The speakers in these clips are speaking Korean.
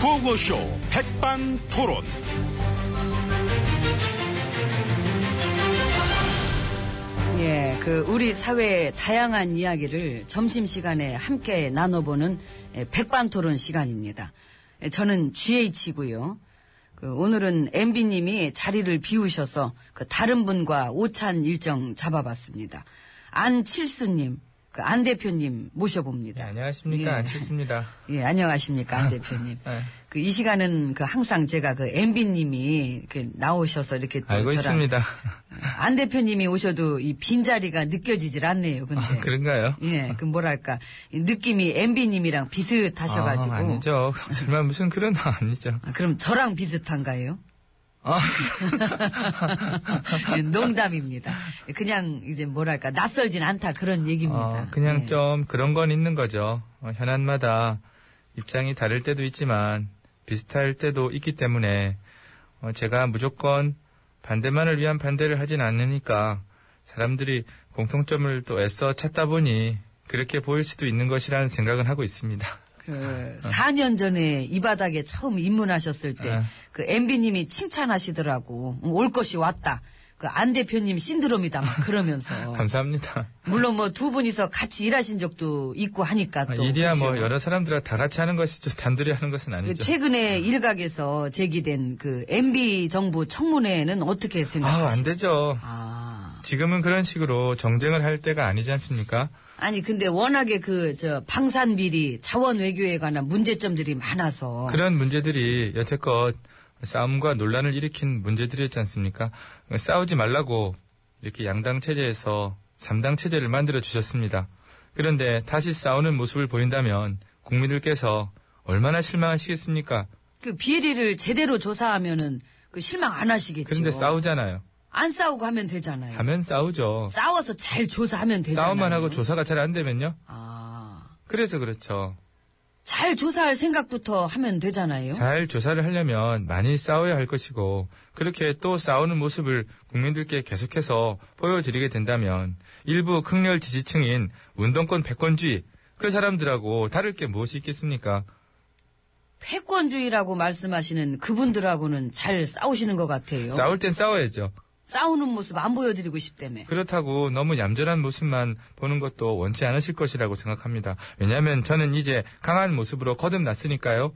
구호쇼 백반토론. 예, 그 우리 사회의 다양한 이야기를 점심 시간에 함께 나눠보는 예, 백반토론 시간입니다. 예, 저는 GH고요. 그 오늘은 MB님이 자리를 비우셔서 그 다른 분과 오찬 일정 잡아봤습니다. 안칠수님, 그 안 대표님 모셔봅니다. 네, 안녕하십니까 예. 안칠수입니다. 예, 안녕하십니까, 안 대표님. 예. 그 이 시간은 그 항상 제가 그 MB님이 이렇게 나오셔서 이렇게 또 알고 저랑 있습니다. 안 대표님이 오셔도 이 빈자리가 느껴지질 않네요, 근데. 아, 그런가요? 예, 그 뭐랄까. 이 느낌이 MB님이랑 비슷하셔가지고. 아, 아니죠. 정말 무슨 그런 거 아니죠. 아, 그럼 저랑 비슷한가요? 아, 예, 농담입니다. 그냥 이제 뭐랄까 낯설진 않다 그런 얘기입니다. 어, 그냥 예. 좀 그런 건 있는 거죠. 어, 현안마다 입장이 다를 때도 있지만 비슷할 때도 있기 때문에 어, 제가 무조건 반대만을 위한 반대를 하진 않으니까 사람들이 공통점을 또 애써 찾다 보니 그렇게 보일 수도 있는 것이라는 생각은 하고 있습니다. 그 아. 4년 전에 이 바닥에 처음 입문하셨을 어. 때 그 MB님이 칭찬하시더라고. 음, 올 것이 왔다. 그 안 대표님 신드롬이다 막 그러면서. 감사합니다. 물론 뭐 두 분이서 같이 일하신 적도 있고 하니까 아, 또. 일이야 그죠? 뭐 여러 사람들하고 다 같이 하는 것이죠. 단둘이 하는 것은 그 아니죠. 최근에 일각에서 제기된 그 MB 정부 청문회는 어떻게 아, 생각하세요? 안 되죠. 아. 지금은 그런 식으로 정쟁을 할 때가 아니지 않습니까? 아니 근데 워낙에 그 저 방산 비리, 자원 외교에 관한 문제점들이 많아서 그런 문제들이 여태껏 싸움과 논란을 일으킨 문제들이었지 않습니까? 싸우지 말라고 이렇게 양당 체제에서 삼당 체제를 만들어 주셨습니다. 그런데 다시 싸우는 모습을 보인다면 국민들께서 얼마나 실망하시겠습니까? 그 비리를 제대로 조사하면은 그 실망 안 하시겠죠. 그런데 싸우잖아요. 안 싸우고 하면 되잖아요. 하면 싸우죠. 싸워서 잘 조사하면 되잖아요. 싸움만 하고 조사가 잘 안 되면요. 아, 그래서 그렇죠. 잘 조사할 생각부터 하면 되잖아요. 잘 조사를 하려면 많이 싸워야 할 것이고 그렇게 또 싸우는 모습을 국민들께 계속해서 보여드리게 된다면 일부 극렬 지지층인 운동권 패권주의 그 사람들하고 다를 게 무엇이 있겠습니까? 패권주의라고 말씀하시는 그분들하고는 잘 싸우시는 것 같아요. 싸울 땐 싸워야죠. 싸우는 모습 안 보여드리고 싶다며. 그렇다고 너무 얌전한 모습만 보는 것도 원치 않으실 것이라고 생각합니다. 왜냐하면 저는 이제 강한 모습으로 거듭났으니까요.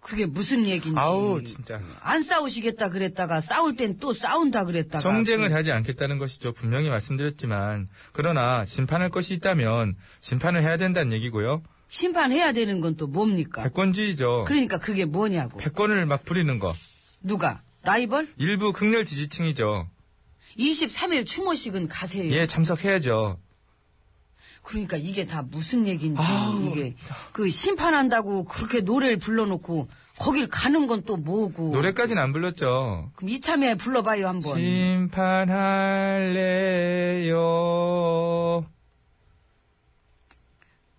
그게 무슨 얘기인지. 아우 진짜 안 싸우시겠다 그랬다가 싸울 땐 또 싸운다 그랬다가. 정쟁을 네. 하지 않겠다는 것이죠. 분명히 말씀드렸지만 그러나 심판할 것이 있다면 심판을 해야 된다는 얘기고요. 심판해야 되는 건 또 뭡니까? 패권주의죠. 그러니까 그게 뭐냐고. 패권을 막 부리는 거. 누가? 라이벌? 일부 극렬 지지층이죠. 23일 추모식은 가세요. 예, 참석해야죠. 그러니까 이게 다 무슨 얘기인지 이게 그 심판한다고 그렇게 노래를 불러놓고 거길 가는 건 또 뭐고. 노래까지는 안 불렀죠. 그럼 이참에 불러봐요 한번. 심판할래요.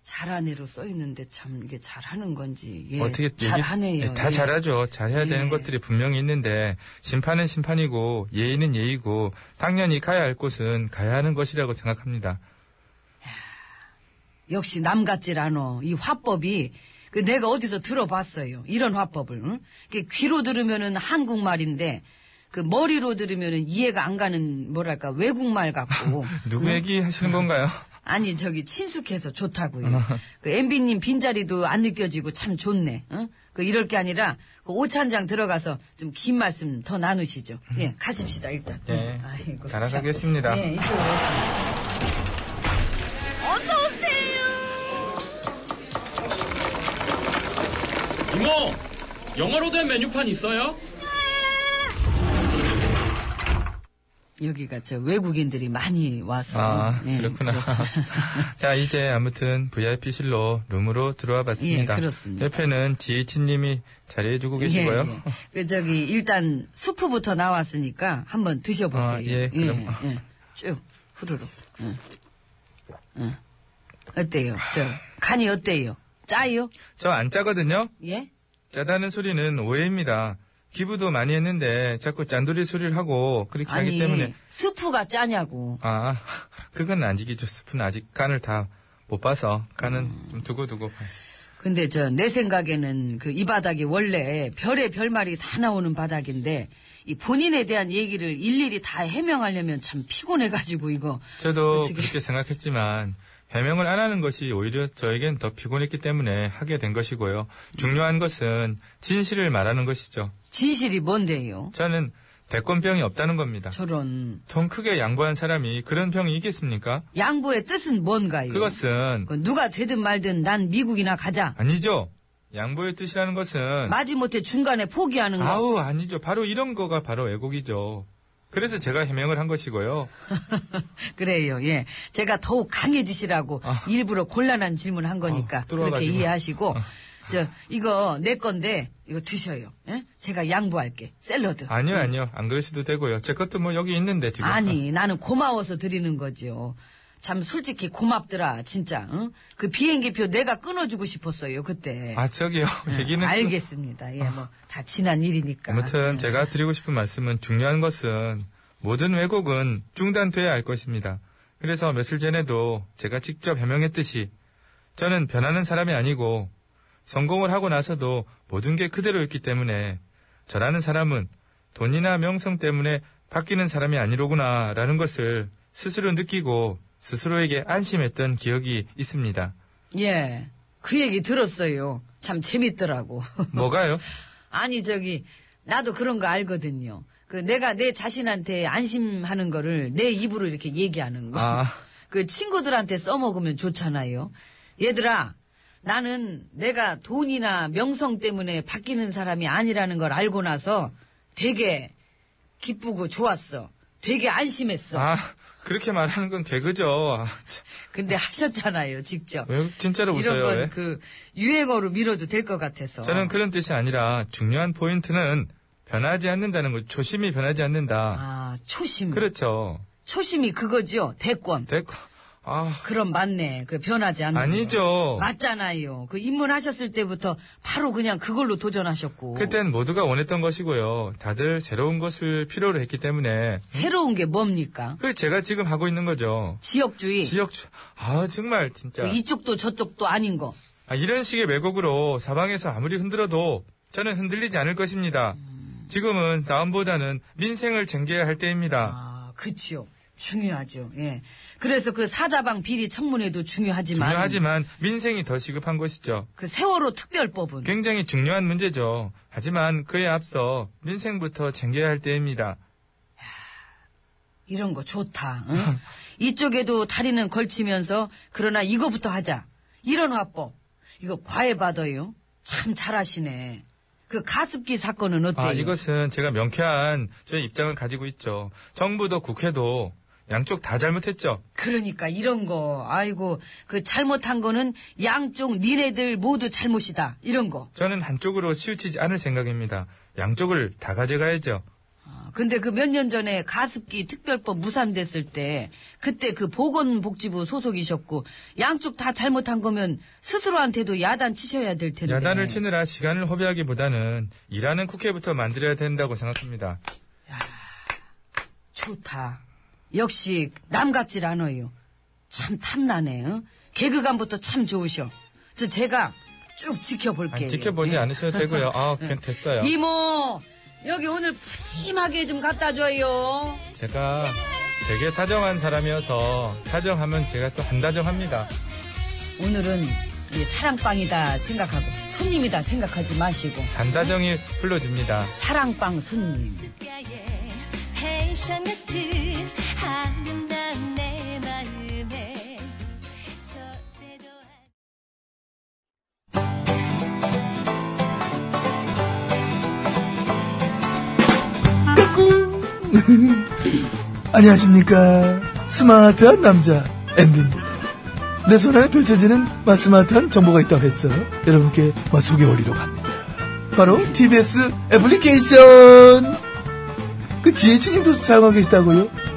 잘하네로 써 있는데 참 이게 잘하는 건지. 예, 어떻게 잘하네요. 얘기- 예, 다 예. 잘하죠. 잘해야 예. 되는 것들이 분명히 있는데 심판은 심판이고 예의는 예의고 당연히 가야 할 곳은 가야 하는 것이라고 생각합니다. 예. 역시 남 같질 않어. 이 화법이 그 내가 어디서 들어봤어요. 이런 화법을. 응? 이게 귀로 들으면은 한국말인데 그 머리로 들으면은 이해가 안 가는 뭐랄까 외국말 같고. 누구 얘기 하시는 건가요? 아니 저기 친숙해서 어. 좋다고요. 그 MB님 빈자리도 안 느껴지고 참 좋네. 응? 그 이럴 게 아니라 그 오찬장 들어가서 좀 긴 말씀 더 나누시죠. 예, 가십시다 일단. 어, 예, 아이고, 참. 따라가겠습니다. 예, 이쪽으로. 이모, 영어로 된 메뉴판 있어요? 여기가 저 외국인들이 많이 와서. 아, 예, 그렇구나. 그래서 자, 이제 아무튼 VIP실로 룸으로 들어와 봤습니다. 예, 그렇습니다. 옆에는 지혜치님이 자리해주고 계시고요. 예, 예. 그 저기 일단 수프부터 나왔으니까 한번 드셔보세요. 아, 예, 그럼. 예. 쭉 후루룩. 응. 응. 어때요? 저 간이 어때요? 짜요? 저 안 짜거든요? 예? 짜다는 소리는 오해입니다. 기부도 많이 했는데 자꾸 짠돌이 소리를 하고 그렇게 하기 때문에. 수프가 짜냐고. 아, 음. 그건 안지기죠. 스프는 아직 간을 다 못 봐서 간은 좀 두고두고. 봐요. 근데 저 내 생각에는 그 이 바닥이 원래 별의 별말이 다 나오는 바닥인데 이 본인에 대한 얘기를 일일이 다 해명하려면 참 피곤해가지고 이거 저도 어떻게- 그렇게 생각했지만 해명을 안 하는 것이 오히려 저에겐 더 피곤했기 때문에 하게 된 것이고요. 중요한 것은 진실을 말하는 것이죠. 진실이 뭔데요? 저는 대권병이 없다는 겁니다. 저런 돈 크게 양보한 사람이 그런 병이 있겠습니까? 양보의 뜻은 뭔가요? 그것은 그 누가 되든 말든 난 미국이나 가자. 아니죠. 양보의 뜻이라는 것은 마지못해 중간에 포기하는 거. 아우 아니죠. 바로 이런 거가 바로 왜곡이죠. 그래서 제가 해명을 한 것이고요. 그래요. 예. 제가 더욱 강해지시라고 일부러 곤란한 질문 한 거니까 아, 그렇게 뚫어가지고. 아. 이해하시고 저 이거 내 건데 이거 드셔요. 예? 제가 양보할게. 샐러드. 아니요 아니요 안 그러셔도 되고요. 제 것도 뭐 여기 있는데 지금 아니, 나는 고마워서 드리는 거죠. 참 솔직히 고맙더라, 진짜. 응? 그 비행기표 내가 끊어주고 싶었어요, 그때. 아, 저기요 얘기는 예, 네. 알겠습니다. 예, 뭐, 다 네. 지난 일이니까. 아무튼 제가 드리고 싶은 말씀은 중요한 것은 모든 왜곡은 중단돼야 할 것입니다. 그래서 며칠 전에도 제가 직접 해명했듯이 저는 변하는 사람이 아니고 성공을 하고 나서도 모든 게 그대로였기 때문에 저라는 사람은 돈이나 명성 때문에 바뀌는 사람이 아니로구나라는 것을 스스로 느끼고 스스로에게 안심했던 기억이 있습니다. 예. 그 얘기 들었어요. 참 재밌더라고. 뭐가요? 아니 저기 나도 그런 거 알거든요. 그 내가 내 자신한테 안심하는 거를 내 입으로 이렇게 얘기하는 거. 아. 그 친구들한테 써먹으면 좋잖아요. 얘들아, 나는 내가 돈이나 명성 때문에 바뀌는 사람이 아니라는 걸 알고 나서 되게 기쁘고 좋았어. 되게 안심했어. 아 그렇게 말하는 건 개그죠. 아, 참. 근데 하셨잖아요, 직접. 왜 진짜로 이런 웃어요? 왜? 건 그 유행어로 밀어도 될 것 같아서. 저는 그런 뜻이 아니라 중요한 포인트는 변하지 않는다는 거, 초심이 변하지 않는다. 아, 초심. 그렇죠. 초심이 그거죠. 대권. 됐고, 아, 그럼 맞네. 그 변하지 않는. 아니죠. 거. 맞잖아요. 그 입문하셨을 때부터 바로 그냥 그걸로 도전하셨고. 그땐 모두가 원했던 것이고요. 다들 새로운 것을 필요로 했기 때문에 새로운 게 뭡니까? 그 제가 지금 하고 있는 거죠. 지역주의. 지역, 아 정말 진짜 그 이쪽도 저쪽도 아닌 거. 아, 이런 식의 왜곡으로 사방에서 아무리 흔들어도 저는 흔들리지 않을 것입니다. 지금은 싸움보다는 민생을 챙겨야 할 때입니다. 아, 그치요. 중요하죠. 예. 그래서 그 사자방 비리 청문회도 중요하지만. 중요하지만 민생이 더 시급한 것이죠. 그 세월호 특별법은. 굉장히 중요한 문제죠. 하지만 그에 앞서 민생부터 챙겨야 할 때입니다. 이런 거 좋다. 음. 응? 이쪽에도 다리는 걸치면서 그러나 이거부터 하자. 이런 화법. 이거 과외받아요. 참 잘하시네. 그 가습기 사건은 어때요? 아, 이것은 제가 명쾌한 저의 입장을 가지고 있죠. 정부도 국회도 양쪽 다 잘못했죠. 그러니까 이런 거. 아이고 그 잘못한 거는 양쪽 니네들 모두 잘못이다. 이런 거. 저는 한쪽으로 치우치지 않을 생각입니다. 양쪽을 다 가져가야죠. 아, 근데 그 몇 년 전에 가습기 특별법 무산됐을 때 그때 그 보건복지부 소속이셨고 양쪽 다 잘못한 거면 스스로한테도 야단 치셔야 될 텐데. 야단을 치느라 시간을 허비하기보다는 일하는 국회부터 만들어야 된다고 생각합니다. 좋다. 역시 남 같질 않아요. 참 탐나네. 응? 개그감부터 참 좋으셔. 저 제가 쭉 지켜볼게요. 예. 아니, 지켜보지 않으셔도 되고요. 아, 그냥 됐어요. 이모 여기 오늘 푸짐하게 좀 갖다 줘요. 제가 되게 사정한 사람이어서 사정하면 제가 또 한다정합니다. 오늘은 이 사랑빵이다 생각하고 손님이다 생각하지 마시고 한다정이 불러줍니다. 사랑빵 손님. 습가에 패션 같은 아름다운 내 마음에 저 때도 한 안녕하십니까. 스마트한 남자, 엠비입니다. 내 손안에 펼쳐지는 마 스마트한 정보가 있다고 해서 여러분께 마 소개해드리러 갑니다. 바로 TBS 애플리케이션! 그 지혜진님도 사용하고 계시다고요?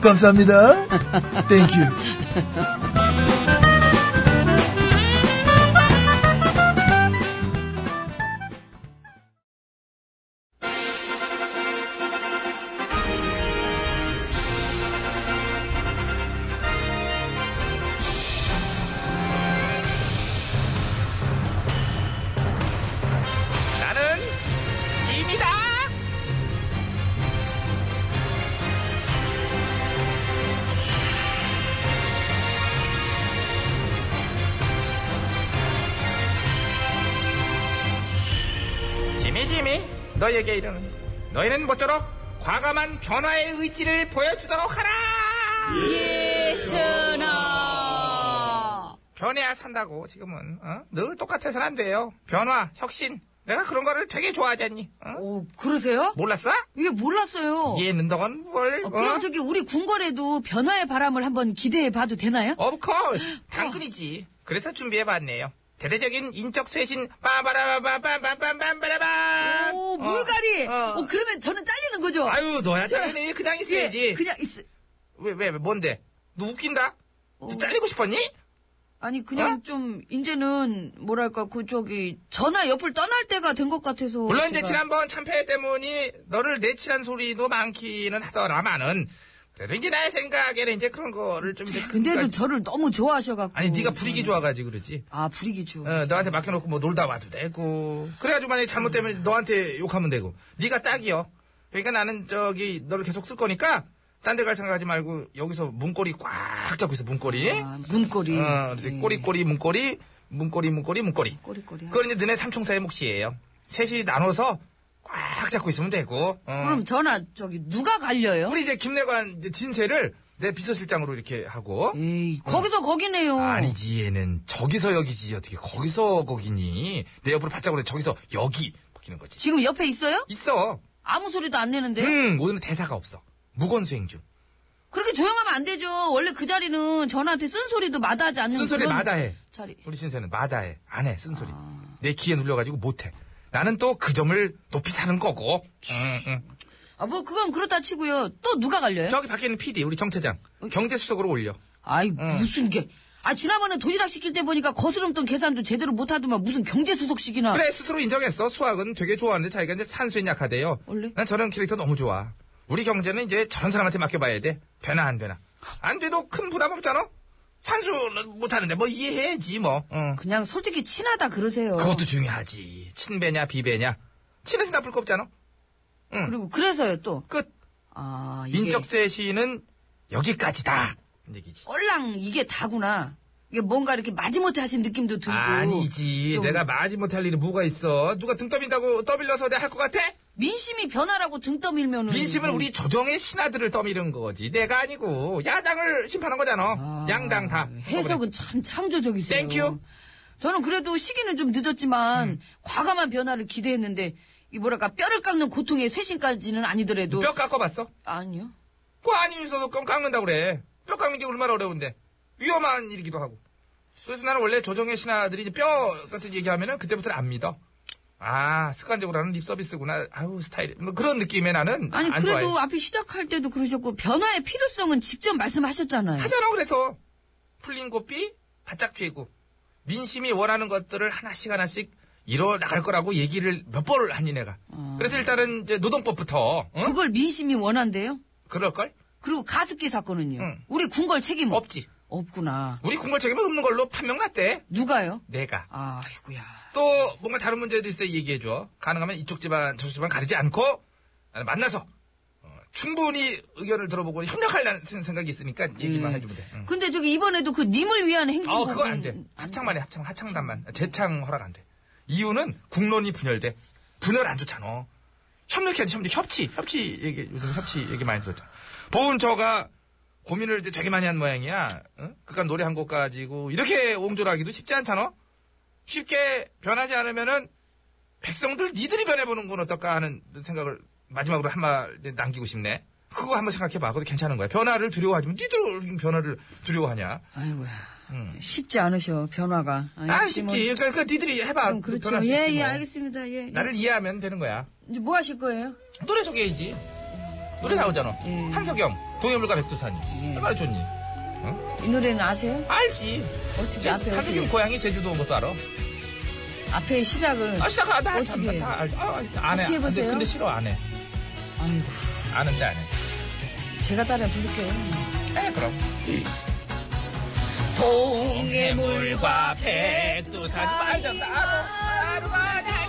감사합니다. 땡큐. 나는 짐이다. 짐이 짐이 너에게 이르는 너희는 모쪼록 과감한 변화의 의지를 보여주도록 하라. 예, 전하. 변해야 산다고 지금은 어? 늘 똑같아서는 안 돼요. 변화, 혁신. 내가 그런 거를 되게 좋아하지 않니? 어? 오, 그러세요? 몰랐어? 예, 몰랐어요. 얘는 너건 뭘? 어, 어? 그럼 저기 우리 궁궐에도 변화의 바람을 한번 기대해 봐도 되나요? Of course. 당근이지. 그래서 준비해봤네요. 대대적인 인적 쇄신 빠바라바바바밤밤밤바라밤 오, 물갈이. 어, 어. 그러면 저는 잘리는 거죠? 아유 너야 잘리네 그냥 예, 있어야지 그냥 있어. 왜 왜 뭔데 너 웃긴다 너 어. 잘리고 싶었니 아니 어? 그냥 좀 이제는 뭐랄까 그 저기 전화 옆을 떠날 때가 된 것 같아서 물론 이제 제가- 지난번 참패 때문에 너를 내칠한 소리도 많기는 하더라마는 그래도 이제 나의 생각에는 이제 그런 거를 좀 이제 근데도 어, 그러니까- 저를 너무 좋아하셔갖고 아니 네가 부리기 좋아가지고 그러지 아 부리기죠 어, 너한테 맡겨놓고 뭐 놀다 와도 되고 그래가지고 만약에 잘못되면 너한테 욕하면 되고 네가 딱이요 그러니까 나는 저기 너를 계속 쓸 거니까 딴 데 갈 생각하지 말고 여기서 문고리 꽉 잡고 있어 문고리 아, 문고리 어, 그래서 예. 꼬리꼬리 문고리 문고리 문고리 문고리 꼬리꼬리 하- 그건 이제 너네 삼총사의 몫이에요 셋이 나눠서 꽉 잡고 있으면 되고 어. 그럼 전화 저기 누가 갈려요? 우리 이제 김내관 이제 진세를 내 비서실장으로 이렇게 하고 에이 거기서 거기네요 아니지 얘는 저기서 여기지 어떻게 거기서 거기니 내 옆으로 바짝 오래 저기서 여기 바뀌는 거지 지금 옆에 있어요? 있어 아무 소리도 안 내는데 음 오늘은 대사가 없어 무건수행 중 그렇게 조용하면 안 되죠 원래 그 자리는 전화한테 쓴소리도 마다하지 않는 쓴소리 음, 그런 마다해 자리 우리 신세는 마다해 안 해 쓴소리 아. 내 귀에 눌려가지고 못해 나는 또 그 점을 높이 사는 거고 응, 응. 아, 뭐 그건 그렇다 치고요 또 누가 갈려요? 저기 밖에 있는 PD 우리 정체장 경제수석으로 올려 아이 무슨 게 아, 지난번에 도시락 시킬 때 보니까 거스름돈 계산도 제대로 못하더만 무슨 경제수석식이나. 그래 스스로 인정했어 수학은 되게 좋아하는데 자기가 이제 산수에 약하대요 원래? 난 저런 캐릭터 너무 좋아 우리 경제는 이제 저런 사람한테 맡겨봐야 돼 되나 안 되나 안 돼도 큰 부담 없잖아 산수는 못하는데 뭐 이해해야지 뭐 응. 그냥 솔직히 친하다 그러세요. 그것도 중요하지 친배냐 비배냐 친해서 나쁠 거 없잖아 그리고 그래서요 또. 끝 아, 이게 인적쇄신은 여기까지다 이런 얘기지 꼴랑 이게 다구나. 이게 뭔가 이렇게 마지못해 하신 느낌도 들고. 아니지 좀 내가 마지 못할 일이 뭐가 있어 누가 등 떠민다고 떠밀려서 내가 할 것 같아? 민심이 변하라고 등 떠밀면은. 민심은 우리 조정의 신하들을 떠미는 거지. 내가 아니고 야당을 심판한 거잖아. 아, 양당 다. 어, 해석은 참 창조적이세요. 땡큐. 저는 그래도 시기는 좀 늦었지만 음. 과감한 변화를 기대했는데 이 뭐랄까 뼈를 깎는 고통의 쇄신까지는 아니더라도 뼈 깎아봤어? 아니요. 그거 아니면서도 껌 깎는다 그래. 뼈 깎는 게 얼마나 어려운데. 위험한 일이기도 하고. 그래서 나는 원래 조정의 신하들이 이제 뼈 같은 얘기하면은 그때부터는 안 믿어. 아, 습관적으로 하는 립 서비스구나. 아우, 스타일. 뭐 그런 느낌에 나는 아니 안 그래도 좋아해. 앞에 시작할 때도 그러셨고 변화의 필요성은 직접 말씀하셨잖아요. 하잖아, 그래서. 풀린 고삐, 바짝 쥐고. 민심이 원하는 것들을 하나씩 하나씩 이뤄나갈 거라고 얘기를 몇 번 하니 내가. 그래서 일단은 이제 노동법부터. 응? 그걸 민심이 원한대요. 그럴걸? 그리고 가습기 사건은요. 응. 우리 궁궐 책임 없지. 없구나. 우리 궁궐 책임은 없는 걸로 판명 났대. 누가요? 내가. 아이고야. 또 뭔가 다른 문제도 있을 때 얘기해줘. 가능하면 이쪽 집안, 저쪽 집안 가리지 않고 나는 만나서 어, 충분히 의견을 들어보고 협력하려는 생- 생각이 있으니까 얘기만 해주면 돼. 응. 근데 저기 이번에도 그 님을 위한 행진곡은 어, 그건 안 돼. 합창만 해, 합창, 합창단만. 재창 허락 안 돼. 이유는 국론이 분열돼. 분열 안 좋잖아. 협력해야지, 협력. 협치, 협치 얘기, 요즘 협치 얘기 많이 들었잖아. 보은처가 고민을 이제 되게 많이 한 모양이야. 응? 그니까 노래 한 곡 가지고, 이렇게 옹졸하기도 쉽지 않잖아? 쉽게 변하지 않으면은, 백성들 니들이 변해보는 건 어떨까 하는 생각을 마지막으로 한 말 남기고 싶네. 그거 한번 생각해봐. 그것도 괜찮은 거야. 변화를 두려워하지만 니들 변화를 두려워하냐? 아이고야. 쉽지 않으셔, 변화가. 아이, 아 혹시 뭐- 쉽지. 그러니까, 그러니까 니들이 해봐. 그럼 그렇죠. 변할 수 예, 있지 예, 뭐. 알겠습니다. 예. 예. 나를 이해하면 되는 거야. 이제 뭐 하실 거예요? 노래 소개해야지. 노래 나오잖아. 예. 한석영, 동해물과 백두산이. 예. 얼마나 좋니? 이 노래는 아세요? 알지. 어떻게 제- 앞에 한석영 어떻게- 고향이 제주도 온 것도 알아. 앞에 시작을. 아, 시작하, 어떻게 나 알잖아. 해요? 다 알지. 아, 안 해. 같이 해보세요. 근데, 근데 싫어, 안 해. 아이고, 아는데 안 해. 제가 따라 부를게요. 해, 그럼. 아, 뭐. 동해물과 백두산 빠져 나로 나로 나